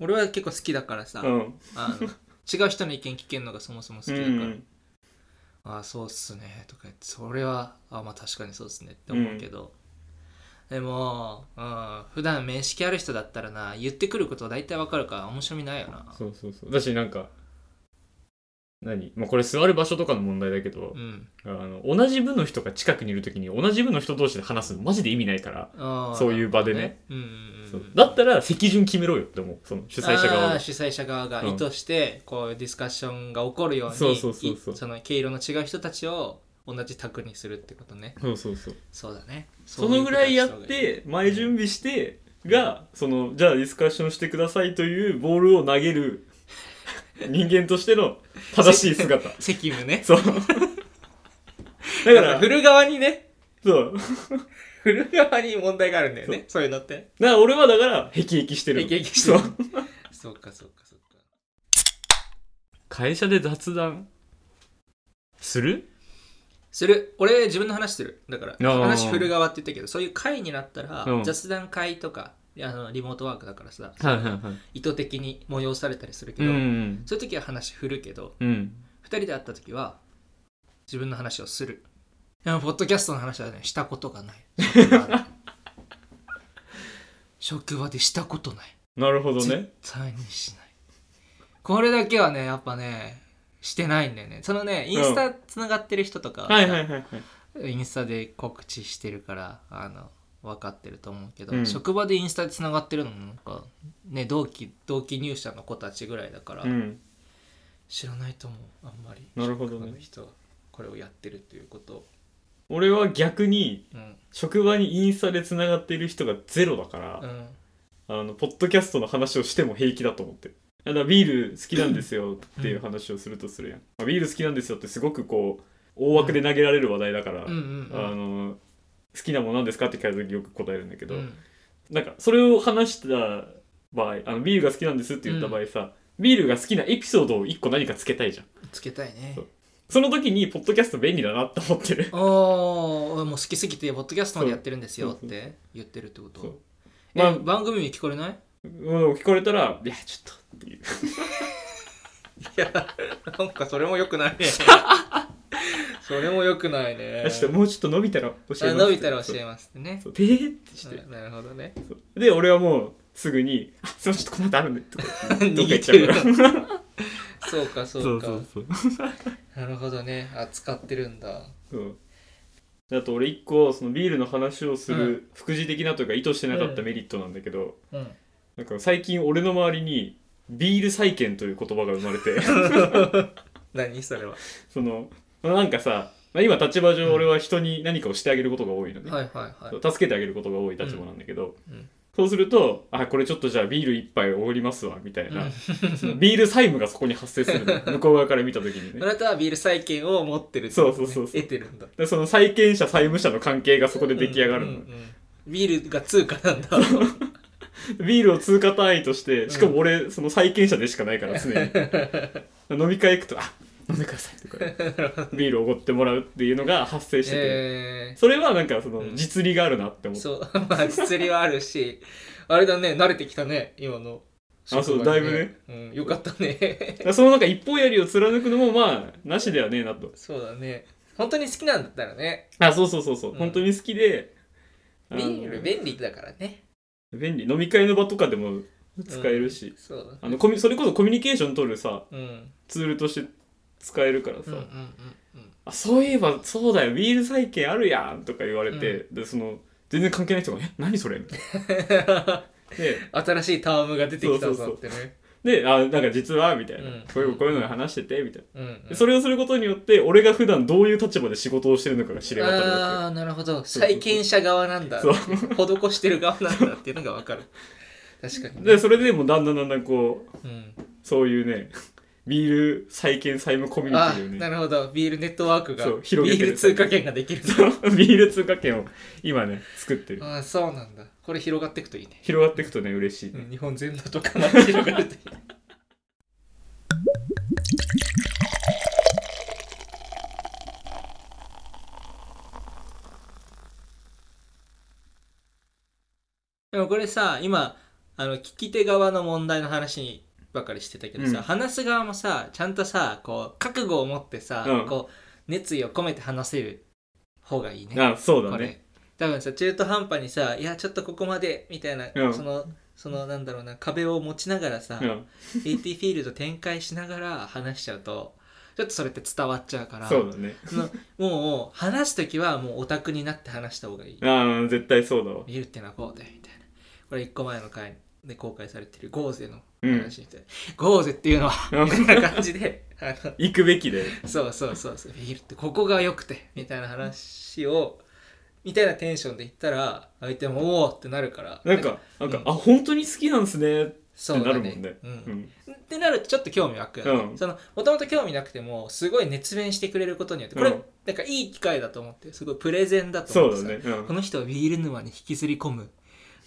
Speaker 1: 俺は結構好きだからさ、
Speaker 2: うん
Speaker 1: あの違う人の意見聞けるのがそもそも好きだから、
Speaker 2: うん
Speaker 1: ああそうっすねとか言ってそれはあまあ確かにそうっすねって思うけど、でも、うん、普段面識ある人だったらな言ってくることは大体わかるから面白みないよな
Speaker 2: そうそうそうだしなんか何、まあ、これ座る場所とかの問題だけど、
Speaker 1: うん
Speaker 2: あの同じ部の人が近くにいる時に同じ部の人同士で話すのマジで意味ないから、
Speaker 1: ああ
Speaker 2: そういう場でね
Speaker 1: うんうんうんう
Speaker 2: そうんだったら席順決めろよって思うその主催者側
Speaker 1: あー
Speaker 2: が
Speaker 1: 主催者側が
Speaker 2: うん
Speaker 1: 意図してこういうディスカッションが起こるように
Speaker 2: そうそうそうそう
Speaker 1: いの毛色の違う人たちを同じ卓にするってことね
Speaker 2: そうそうそう
Speaker 1: そうだね
Speaker 2: そのぐらいや
Speaker 1: そ
Speaker 2: っ
Speaker 1: ううことに
Speaker 2: て前準備してがそのじゃあディスカッションしてくださいというボールを投げ る人間としての正しい姿
Speaker 1: した方がいい責務ね
Speaker 2: そう
Speaker 1: だか
Speaker 2: だか
Speaker 1: ら
Speaker 2: ら
Speaker 1: 振る側にね
Speaker 2: そう
Speaker 1: 振る側に問題があるんだよねそういうのって
Speaker 2: だから俺はだからヘキヘキしてる
Speaker 1: 平気して
Speaker 2: そ
Speaker 1: る
Speaker 2: う
Speaker 1: そうかそうかそうか
Speaker 2: 会社で雑談する
Speaker 1: する俺自分の話するだから
Speaker 2: ー
Speaker 1: 話振る側って言ったけどそういう会になったら
Speaker 2: うん
Speaker 1: 雑談会とかあのリモートワークだからさ
Speaker 2: はいはいはい
Speaker 1: 意図的に催されたりするけ
Speaker 2: う
Speaker 1: ど、
Speaker 2: ん
Speaker 1: そういう時は話振るけど
Speaker 2: うん
Speaker 1: 2人で会った時は自分の話をするいやポッドキャストの話はねしたこと がない職場でしたことない
Speaker 2: なるほどね
Speaker 1: 絶対にしないこれだけはねやっぱねしてないんだよねそのねインスタつながってる人とかはさ
Speaker 2: はいはいはいはい
Speaker 1: インスタで告知してるからあの分かってると思うけど、
Speaker 2: うん
Speaker 1: 職場でインスタでつながってるのもなんか、ね、同期同期入社の子たちぐらいだから、
Speaker 2: うん
Speaker 1: 知らないと思うあんまり
Speaker 2: なるほどね
Speaker 1: 職場の人はこれをやってるっていうことを
Speaker 2: 俺は逆に
Speaker 1: うん
Speaker 2: 職場にインスタでつながっている人がゼロだから、
Speaker 1: うん
Speaker 2: あのポッドキャストの話をしても平気だと思ってるだからビール好きなんですよっていう話をするとするやん、まあビール好きなんですよってすごくこう大枠で投げられる話題だから、
Speaker 1: うんうん
Speaker 2: あの好きなものなんですかって聞かれた時よく答えるんだけ
Speaker 1: う
Speaker 2: ど、
Speaker 1: ん
Speaker 2: なんかそれを話した場合あのビールが好きなんですって言った場合さ、ビールが好きなエピソードを1個何かつけたいじゃん
Speaker 1: つけたいね
Speaker 2: そうその時にポッドキャスト便利だなって思ってる
Speaker 1: おおもう好きすぎてポッドキャストまでやってるんですよっ
Speaker 2: そう
Speaker 1: て言ってるってこ
Speaker 2: そう
Speaker 1: とえ、
Speaker 2: まあ
Speaker 1: 番組に聞こえ ない
Speaker 2: うん聞かれたら「いやちょっと」っていう
Speaker 1: なんかそれもよくないね それもよくないね
Speaker 2: ちょっともうちょっと伸びたら教えます
Speaker 1: あ伸びたら教えますってね
Speaker 2: そうそうペーってして、
Speaker 1: なるほどね
Speaker 2: そうで俺はもうすぐに「あすいませんちょっとこの後あるんで」とか言ってど
Speaker 1: 逃
Speaker 2: っか
Speaker 1: げ
Speaker 2: 行っち
Speaker 1: て
Speaker 2: ゃう
Speaker 1: る
Speaker 2: から
Speaker 1: そうかそ
Speaker 2: そうう
Speaker 1: か
Speaker 2: そうそう
Speaker 1: なるほどねあ使ってるんだ
Speaker 2: そうであと俺一個そのビールの話をす
Speaker 1: う
Speaker 2: る副次的なというか意図してなかったメリットなんだけど、
Speaker 1: うん
Speaker 2: なんか最近俺の周りにビール債券という言葉が生まれて
Speaker 1: 何それは
Speaker 2: そのなんかさ、まあ、今立場上俺は人に何かをしてあげることが多いのね、
Speaker 1: はいはいはい
Speaker 2: 助けてあげることが多い立場なんだけど、
Speaker 1: うんうん
Speaker 2: そうすると「あこれちょっとじゃあビール一杯おごりますわ」みたいな、
Speaker 1: うん
Speaker 2: そのビール債務がそこに発生す るのよ向こう側から見た時に
Speaker 1: あ
Speaker 2: ね。
Speaker 1: なたはビール債券を持ってるってことね
Speaker 2: そうそうそうそう
Speaker 1: 得てるんだ
Speaker 2: でその債権者債務者の関係がそこで出来上がるの、
Speaker 1: うんうんうんビールが通貨 なんだ
Speaker 2: ビールを通過単位としてしかも俺、その債権者でしかないから常に飲み会行くと「あ飲んでください」とかビールをおごってもらうっていうのが発生してて、
Speaker 1: え
Speaker 2: それはなんかその
Speaker 1: うん
Speaker 2: 実利があるなって
Speaker 1: ー、
Speaker 2: 思って、
Speaker 1: そう まあ釣りはあるしあれだね慣れてきたね今の
Speaker 2: あそう
Speaker 1: 職場に
Speaker 2: だいぶ
Speaker 1: うん、よかったね
Speaker 2: だからそのなんか一方やりを貫くのもまあなしではねえなと
Speaker 1: そうだね本当に好きなんだったらね
Speaker 2: あそうそうそうそう、
Speaker 1: うん
Speaker 2: 本当に好きであ
Speaker 1: ビ
Speaker 2: の
Speaker 1: ール便利だからね
Speaker 2: 便利飲み会の場とかでも使えるし、
Speaker 1: そうだ
Speaker 2: あのコミそれこそコミュニケーション取るさ
Speaker 1: うん
Speaker 2: ツールとして使えるから
Speaker 1: う
Speaker 2: さ、
Speaker 1: んうんうん
Speaker 2: あそういえばそうだよビール債券あるやんとか言われて、でその全然 関係ない人が「え何それ?」みたいな。で
Speaker 1: うん新しいタームが出てきた
Speaker 2: そ
Speaker 1: ぞ
Speaker 2: う
Speaker 1: ってね
Speaker 2: で、あ、なんか実は、みたいな、
Speaker 1: うん
Speaker 2: こういう、こういうの話してて、みたいな。
Speaker 1: うん
Speaker 2: でそれをすることによって、俺が普段どういう立場で仕事をしてるのかが知れ渡るわ
Speaker 1: ああなるほど債権者側なんだ
Speaker 2: け。そう。
Speaker 1: 施してる側なんだっていうのが分かる 確かに、
Speaker 2: で、それでもうだんだんだんだんこ
Speaker 1: う
Speaker 2: う、
Speaker 1: ん、
Speaker 2: そういうね、ビール債券債務コミュニテ
Speaker 1: あ
Speaker 2: ィをね、
Speaker 1: なるほどビールネットワークが
Speaker 2: そう広げて
Speaker 1: ビ
Speaker 2: る
Speaker 1: ール通貨券ができ る
Speaker 2: そうビール通貨券を今ね作ってる
Speaker 1: ああそうなんだこれ広がっていくといいね、
Speaker 2: 広がっていくとね嬉しい、
Speaker 1: うん、日本全土とかまで広がるといいでもこれさ今あの聞き手側の問題の話ばかりしてたけどさ、
Speaker 2: うん
Speaker 1: 話す側もさちゃんとさこう覚悟を持ってさ、
Speaker 2: うん
Speaker 1: こう熱意を込めて話せる方がいいね。
Speaker 2: あそう
Speaker 1: こ
Speaker 2: だ
Speaker 1: れ
Speaker 2: ね
Speaker 1: 多分さ中途半端にさ「いやちょっとここまで」みたいな、
Speaker 2: うん
Speaker 1: そのそのなんだろうな壁を持ちながらさ、
Speaker 2: う
Speaker 1: AT
Speaker 2: ん、
Speaker 1: フィールド展開しながら話しちゃうとちょっとそれって伝わっちゃうから
Speaker 2: そうだね
Speaker 1: そのもう話す時はもうオタクになって話した方がいい
Speaker 2: ああ絶対そうだわ
Speaker 1: 見るってのはこうでみたいなこれ1個前の回で公開されてるゴーゼの
Speaker 2: うん
Speaker 1: 話みたいな、ゴーゼっていうのはみたいな感じであの
Speaker 2: 行くべきで
Speaker 1: そうそうそうそうビールってここが良くてみたいな話をみたいなテンションで言ったら相手もおおってなるから
Speaker 2: なんかなんか、
Speaker 1: うん
Speaker 2: あ本当に好きなんすねって
Speaker 1: そ
Speaker 2: な
Speaker 1: うだ
Speaker 2: るもんね
Speaker 1: う
Speaker 2: うんん
Speaker 1: ってなるとちょっと興味湧くよね、
Speaker 2: うん
Speaker 1: そのもともと興味なくてもすごい熱弁してくれることによってこれ、
Speaker 2: うん
Speaker 1: なんかいい機会だと思ってすごいプレゼンだと
Speaker 2: そ
Speaker 1: 思って
Speaker 2: うだね、うん
Speaker 1: この人をビール沼に引きずり込む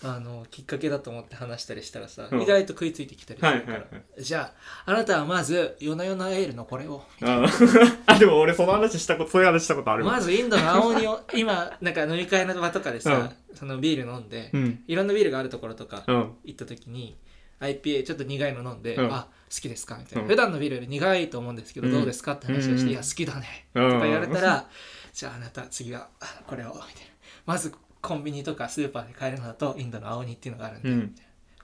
Speaker 1: あのきっかけだと思って話したりしたらさ、
Speaker 2: うん
Speaker 1: 意外と食いついてきたりす
Speaker 2: はい
Speaker 1: る
Speaker 2: はい
Speaker 1: から、
Speaker 2: はい
Speaker 1: じゃああなたはまず夜な夜なエールのこれを
Speaker 2: あー あでも俺その話したことそういう話したことあるわ、
Speaker 1: まずインドの青鬼を 今なんか飲み会の場とかでさ、そのビール飲んで、
Speaker 2: うん
Speaker 1: いろんなビールがあるところとか
Speaker 2: うん
Speaker 1: 行った時に IPA ちょっと苦いの飲んで、
Speaker 2: うん
Speaker 1: あ好きですかみたいな、
Speaker 2: うん
Speaker 1: 普段のビールより苦いと思うんですけど、
Speaker 2: うん
Speaker 1: どうですかって話をして、
Speaker 2: うん
Speaker 1: いや好きだね
Speaker 2: うん
Speaker 1: とか言われたら、じゃああなた次はあこれをみたいなまずコンビニとかスーパーで買えるのだとインドの青鬼っていうのがあるんで、
Speaker 2: うん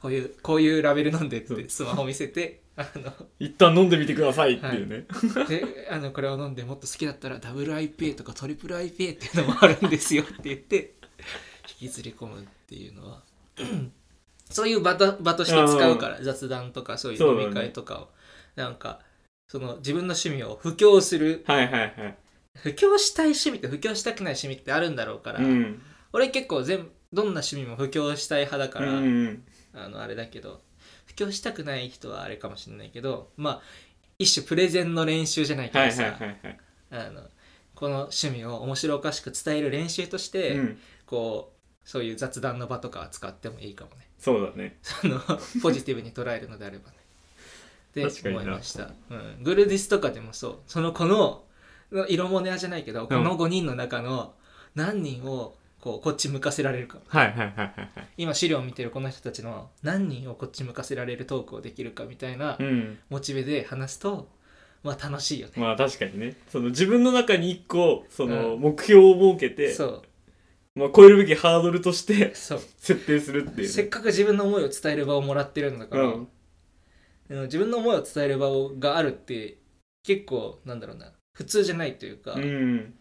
Speaker 1: こういうこういうラベル飲んでっ
Speaker 2: そう
Speaker 1: てスマホ見せてあの
Speaker 2: 一旦飲んでみてくださいっていうね、
Speaker 1: であのこれを飲んでもっと好きだったらダブル IPA とかトリプル IPA っていうのもあるんですよって言って引きずり込むっていうのは うんそういう場と場として使うから雑談とかそういう飲み会とかを、なんかその自分の趣味を布教する
Speaker 2: はい、はいはいはい
Speaker 1: 布教したい趣味と布教したくない趣味ってあるんだろうから、
Speaker 2: うん
Speaker 1: 俺結構全部どんな趣味も布教したい派だか
Speaker 2: う
Speaker 1: ら、
Speaker 2: ん
Speaker 1: あのあれだけど布教したくない人はあれかもしれないけどまあ一種プレゼンの練習じゃないけ
Speaker 2: はい
Speaker 1: ど
Speaker 2: はい
Speaker 1: さ、
Speaker 2: はいはい
Speaker 1: あのこの趣味を面白おかしく伝える練習として、
Speaker 2: うん
Speaker 1: こうそういう雑談の場とかは使ってもいいかもね
Speaker 2: そうだね
Speaker 1: そのポジティブに捉えるのであればねで
Speaker 2: 確かにな
Speaker 1: 思いました、うん、グルディスとかでもそうそのこのの色もねあじゃないけどこの5人の中の何人をこうこっち向かせられるか
Speaker 2: はいはいはいはいはい
Speaker 1: 今資料を見てるこの人たちの何人をこっち向かせられるトークをできるかみたいな
Speaker 2: うん
Speaker 1: モチベで話すとまあ楽しいよね
Speaker 2: まあ確かにねその自分の中に一個その
Speaker 1: うん
Speaker 2: 目標を設けて、
Speaker 1: そ
Speaker 2: まあ、超えるべきハードルとし
Speaker 1: う
Speaker 2: て
Speaker 1: そう
Speaker 2: 設定するっていう
Speaker 1: せっ
Speaker 2: ね、
Speaker 1: かく自分の思いを伝える場をもらってるんだか
Speaker 2: う
Speaker 1: ら、
Speaker 2: ん、
Speaker 1: あの自分の思いを伝える場をがあるって結構なんだろうな普通じゃないというか、
Speaker 2: うん、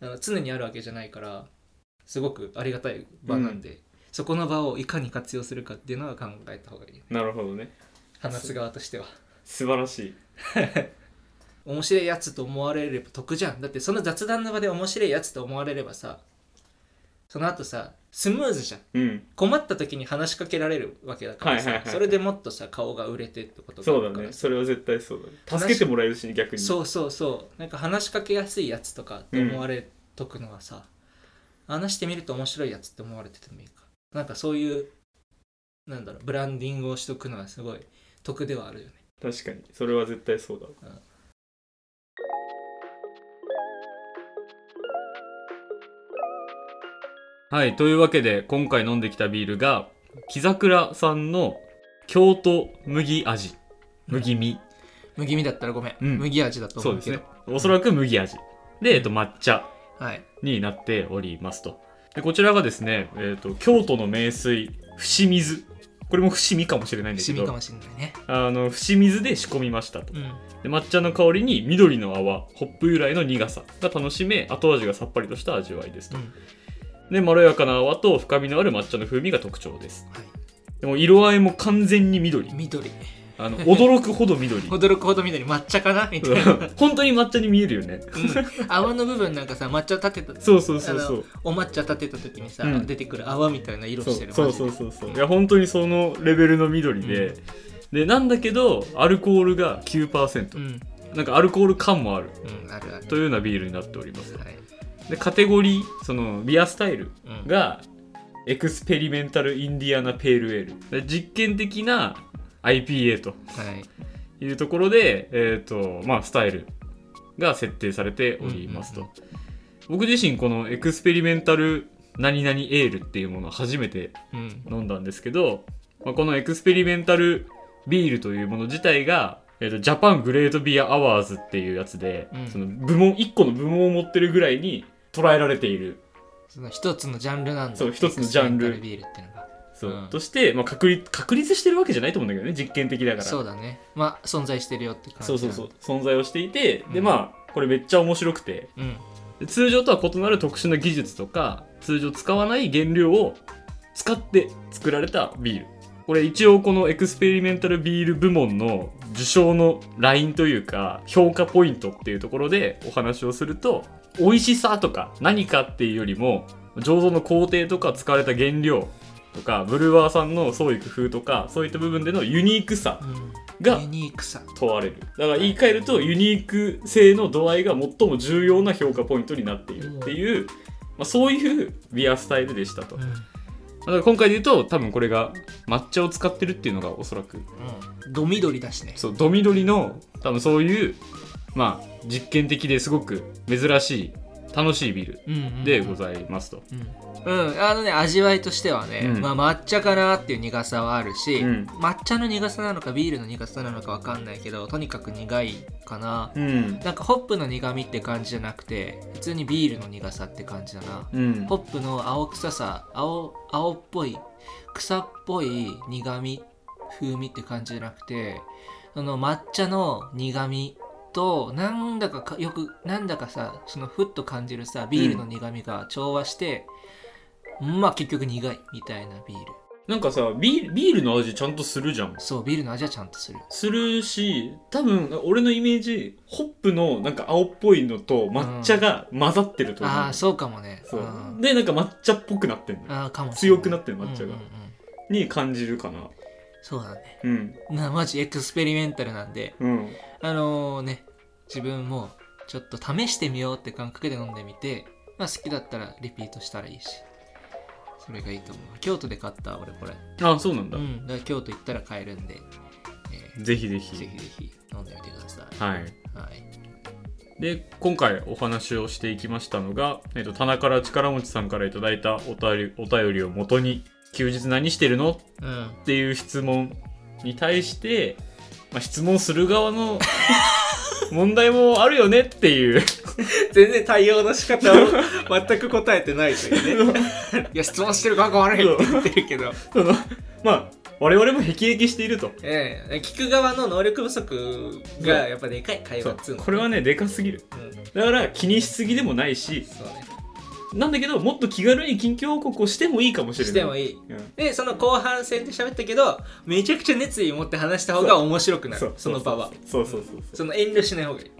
Speaker 1: あの常にあるわけじゃないからすごくありがたい場なんで、そこの場をいかに活用するかっていうのは考えた方がいいね
Speaker 2: なるほどね
Speaker 1: 話す側としては。
Speaker 2: 素晴らしい
Speaker 1: 面白いやつと思われれば得じゃんだってその雑談の場で面白いやつと思われればさその後さスムーズじゃん
Speaker 2: うん
Speaker 1: 困った時に話しかけられるわけだからさ、
Speaker 2: はいはいはい
Speaker 1: それでもっとさ顔が売れてってことがあ
Speaker 2: そう
Speaker 1: る
Speaker 2: だ
Speaker 1: から
Speaker 2: ね
Speaker 1: さ
Speaker 2: それは絶対そうだね助けてもらえるしね逆に
Speaker 1: そうそうそうなんか話しかけやすいやつとかって思われとくのはさ、話してみると面白いやつって思われててもいいかなんかそういうなんだろうブランディングをしとくのはすごい得ではあるよね
Speaker 2: 確かにそれは絶対そうだはいというわけで今回飲んできたビールが木桜さんの京都麦味麦味
Speaker 1: 麦味だったらごめん、
Speaker 2: うん
Speaker 1: 麦味だと
Speaker 2: そ
Speaker 1: 思
Speaker 2: う
Speaker 1: う
Speaker 2: で
Speaker 1: け
Speaker 2: す
Speaker 1: ど
Speaker 2: ねおそらく麦味で、えっと、抹茶
Speaker 1: はい
Speaker 2: になっておりますとでこちらがですね、えっと京都の名水伏水これも伏見かもしれないんだ
Speaker 1: 趣
Speaker 2: け
Speaker 1: 味か
Speaker 2: ど
Speaker 1: もしれないね
Speaker 2: あの伏水で仕込みましたと
Speaker 1: うん
Speaker 2: で抹茶の香りに緑の泡ホップ由来の苦さが楽しめ後味がさっぱりとした味わいですと、
Speaker 1: うん
Speaker 2: でまろやかな泡と深みのある抹茶の風味が特徴です
Speaker 1: は
Speaker 2: でも色合いも完全に緑
Speaker 1: い緑
Speaker 2: ああの驚くほど 緑うん
Speaker 1: 驚くほど緑抹茶かなみたいな、うん、
Speaker 2: 本当に抹茶に見えるよね
Speaker 1: 泡の部分なんかさ抹茶立てた
Speaker 2: そうそうそうそう
Speaker 1: あのお抹茶立てた時にさ、
Speaker 2: うん
Speaker 1: 出てくる泡みたいな色
Speaker 2: そう
Speaker 1: してる
Speaker 2: そうそうそうそう
Speaker 1: マジ
Speaker 2: い
Speaker 1: で
Speaker 2: や本当にそのレベルの緑で、
Speaker 1: う
Speaker 2: でなんだけどアルコールが9%、
Speaker 1: うん、
Speaker 2: なんかアルコール感もある
Speaker 1: うん、あるある
Speaker 2: というようなビールになっております
Speaker 1: はい
Speaker 2: でカテゴリーそのビアスタイル
Speaker 1: うん
Speaker 2: がエクスペリメンタル・インディアナ・ペール・エールで実験的な IPA と
Speaker 1: はい
Speaker 2: いうところで、えーとまあ、スタイルが設定されておりますと、
Speaker 1: うん
Speaker 2: 僕自身このエクスペリメンタル何々エールっていうものを初めて
Speaker 1: うん
Speaker 2: 飲んだんですけど、まあ、このエクスペリメンタルビールというもの自体が、えー、とジャパングレートビアアワーズっていうやつで、
Speaker 1: うん
Speaker 2: その部門1個の部門を持ってるぐらいに捉えられている
Speaker 1: その一つのジャンルなんだ
Speaker 2: そう一つのジャンル
Speaker 1: エクスペリメタビールっていうのが
Speaker 2: そう、
Speaker 1: うん
Speaker 2: として、まあ、確立確立してるわけじゃないと思うんだけどね実験的だから
Speaker 1: そうだねまあ存在してるよって感じ
Speaker 2: そうそうそうう存在をしていて、
Speaker 1: うん
Speaker 2: でまあこれめっちゃ面白くて
Speaker 1: ううん
Speaker 2: で通常とは異なる特殊な技術とか通常使わない原料を使って作られたビールこれ一応このエクスペリメンタルビール部門の受賞のラインというか評価ポイントっていうところでお話をすると美味しさとか何かっていうよりも醸造の工程とか使われた原料とかブルワーさんの創意工夫とかそういった部分でのユニークさ
Speaker 1: うん
Speaker 2: が
Speaker 1: ユニークさ
Speaker 2: 問われるだから言い換えるとユニーク性の度合いが最も重要な評価ポイントになっているっていう、まあ、そういうビアスタイルでしたと、
Speaker 1: うん
Speaker 2: だから今回で言うと多分これが抹茶を使ってるっていうのがおそらく
Speaker 1: うんど緑だしね
Speaker 2: そうドミドリの多分そういうまあ実験的ですごく珍しい楽しいビール
Speaker 1: うんうんうん
Speaker 2: でございますと、
Speaker 1: うん、うん、あのね味わいとしてはね、
Speaker 2: うん
Speaker 1: まあ、抹茶かなっていう苦さはあるし、
Speaker 2: うん
Speaker 1: 抹茶の苦さなのかビールの苦さなのかわかんないけどとにかく苦いかな
Speaker 2: うん
Speaker 1: なんかホップの苦味って感じじゃなくて普通にビールの苦さって感じだな、
Speaker 2: うん
Speaker 1: ホップの青臭さ青青っぽい草っぽい苦味風味って感じじゃなくてその抹茶の苦味となんだかかよくなんだかさそのふっと感じるさビールの苦味が調和して、まあ結局苦いみたいなビール
Speaker 2: なんかさビールビールの味ちゃんとするじゃん
Speaker 1: そうビールの味はちゃんとする
Speaker 2: するし多分俺のイメージホップのなんか青っぽいのと抹茶が混ざってると思う、
Speaker 1: ああそうかもね
Speaker 2: そう
Speaker 1: うん
Speaker 2: でなんか抹茶っぽくなってんのよ
Speaker 1: あーかも
Speaker 2: 強くなってる抹
Speaker 1: うん
Speaker 2: 茶が
Speaker 1: うんうん
Speaker 2: に感じるかな
Speaker 1: そうだね
Speaker 2: うん
Speaker 1: なマジエクスペリメンタルなんで
Speaker 2: うん
Speaker 1: あのね自分もちょっと試してみようって感覚で飲んでみて、まあ、好きだったらリピートしたらいいしそれがいいと思う京都で買った俺これ
Speaker 2: あそうなんだ、
Speaker 1: うんだから京都行ったら買えるんで、え
Speaker 2: ぜひぜひ
Speaker 1: ーぜひぜひ飲んでみてくださ
Speaker 2: はい
Speaker 1: い、はい、
Speaker 2: で今回お話をしていきましたのが、えっと棚から力持ちさんからいただいたお便りお便りを元に「休日何してるの?」
Speaker 1: うん
Speaker 2: っていう質問に対して、まあ、質問する側の問題もあるよねっていう
Speaker 1: 全然対応の仕方を 全く答えてないというね いや質問してる側が悪いって言ってるけど
Speaker 2: そのまあ我々も辟易していると
Speaker 1: ええ聞く側の能力不足がやっぱでかい会話っつうの
Speaker 2: これはねでかすぎる
Speaker 1: うん
Speaker 2: だから気にしすぎでもないし
Speaker 1: そうね
Speaker 2: なんだけどもっと気軽に近況報告をしてもいいかもしれない
Speaker 1: してもいい
Speaker 2: うん
Speaker 1: でその後半戦で喋ったけどめちゃくちゃ熱意持って話した方が面白くなる
Speaker 2: そう
Speaker 1: その場は
Speaker 2: そうそうそうそう
Speaker 1: その遠慮しない方がいい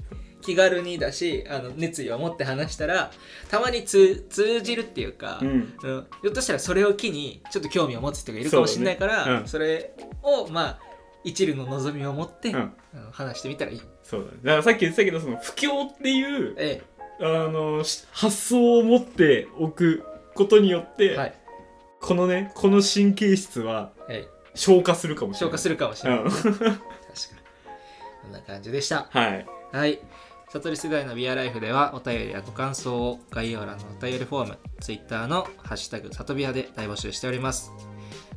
Speaker 1: 気軽にだしあの熱意を持って話したらたまに通通じるっていうか、
Speaker 2: う
Speaker 1: うん
Speaker 2: ん
Speaker 1: ひょっとしたらそれを機にちょっと興味を持つ人がいるかもしれないから
Speaker 2: そ
Speaker 1: そ,、
Speaker 2: うねうん
Speaker 1: れをまあ一縷の望みを持って、
Speaker 2: うん
Speaker 1: あの話してみたらいい、
Speaker 2: そうだねだからさっき言ってたけどその不況っていう
Speaker 1: え
Speaker 2: あのし発想を持っておくことによって、
Speaker 1: えはい、
Speaker 2: このねこの神経質は
Speaker 1: え
Speaker 2: 消化するかも
Speaker 1: え、
Speaker 2: し
Speaker 1: 消
Speaker 2: れな
Speaker 1: 化
Speaker 2: い
Speaker 1: するかもしれない、確かにこんな感じでした
Speaker 2: うん、はい
Speaker 1: はい。悟り世代のビアライフではお便りやご感想を概要欄のお便りフォーム、Twitter のハッシュタグサトビアで大募集しております。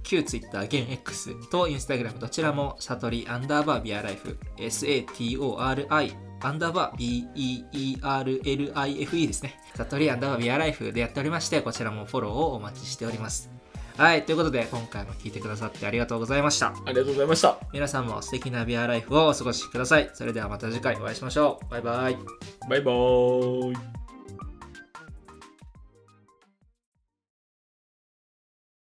Speaker 1: 旧 Twitter 現 X と Instagram どちらも悟りアンダーバービアライフ SATORI アンダーバー BEERLIFE ですね。悟りアンダーバービアライフでやっておりまして、こちらもフォローをお待ちしております。はい、ということで今回も聞いてくださってありがとうございました。
Speaker 2: ありがとうございました
Speaker 1: 皆さんも素敵なビアライフをお過ごしください。それではまた次回お会いしましょう。バイバイ。
Speaker 2: バイバーイ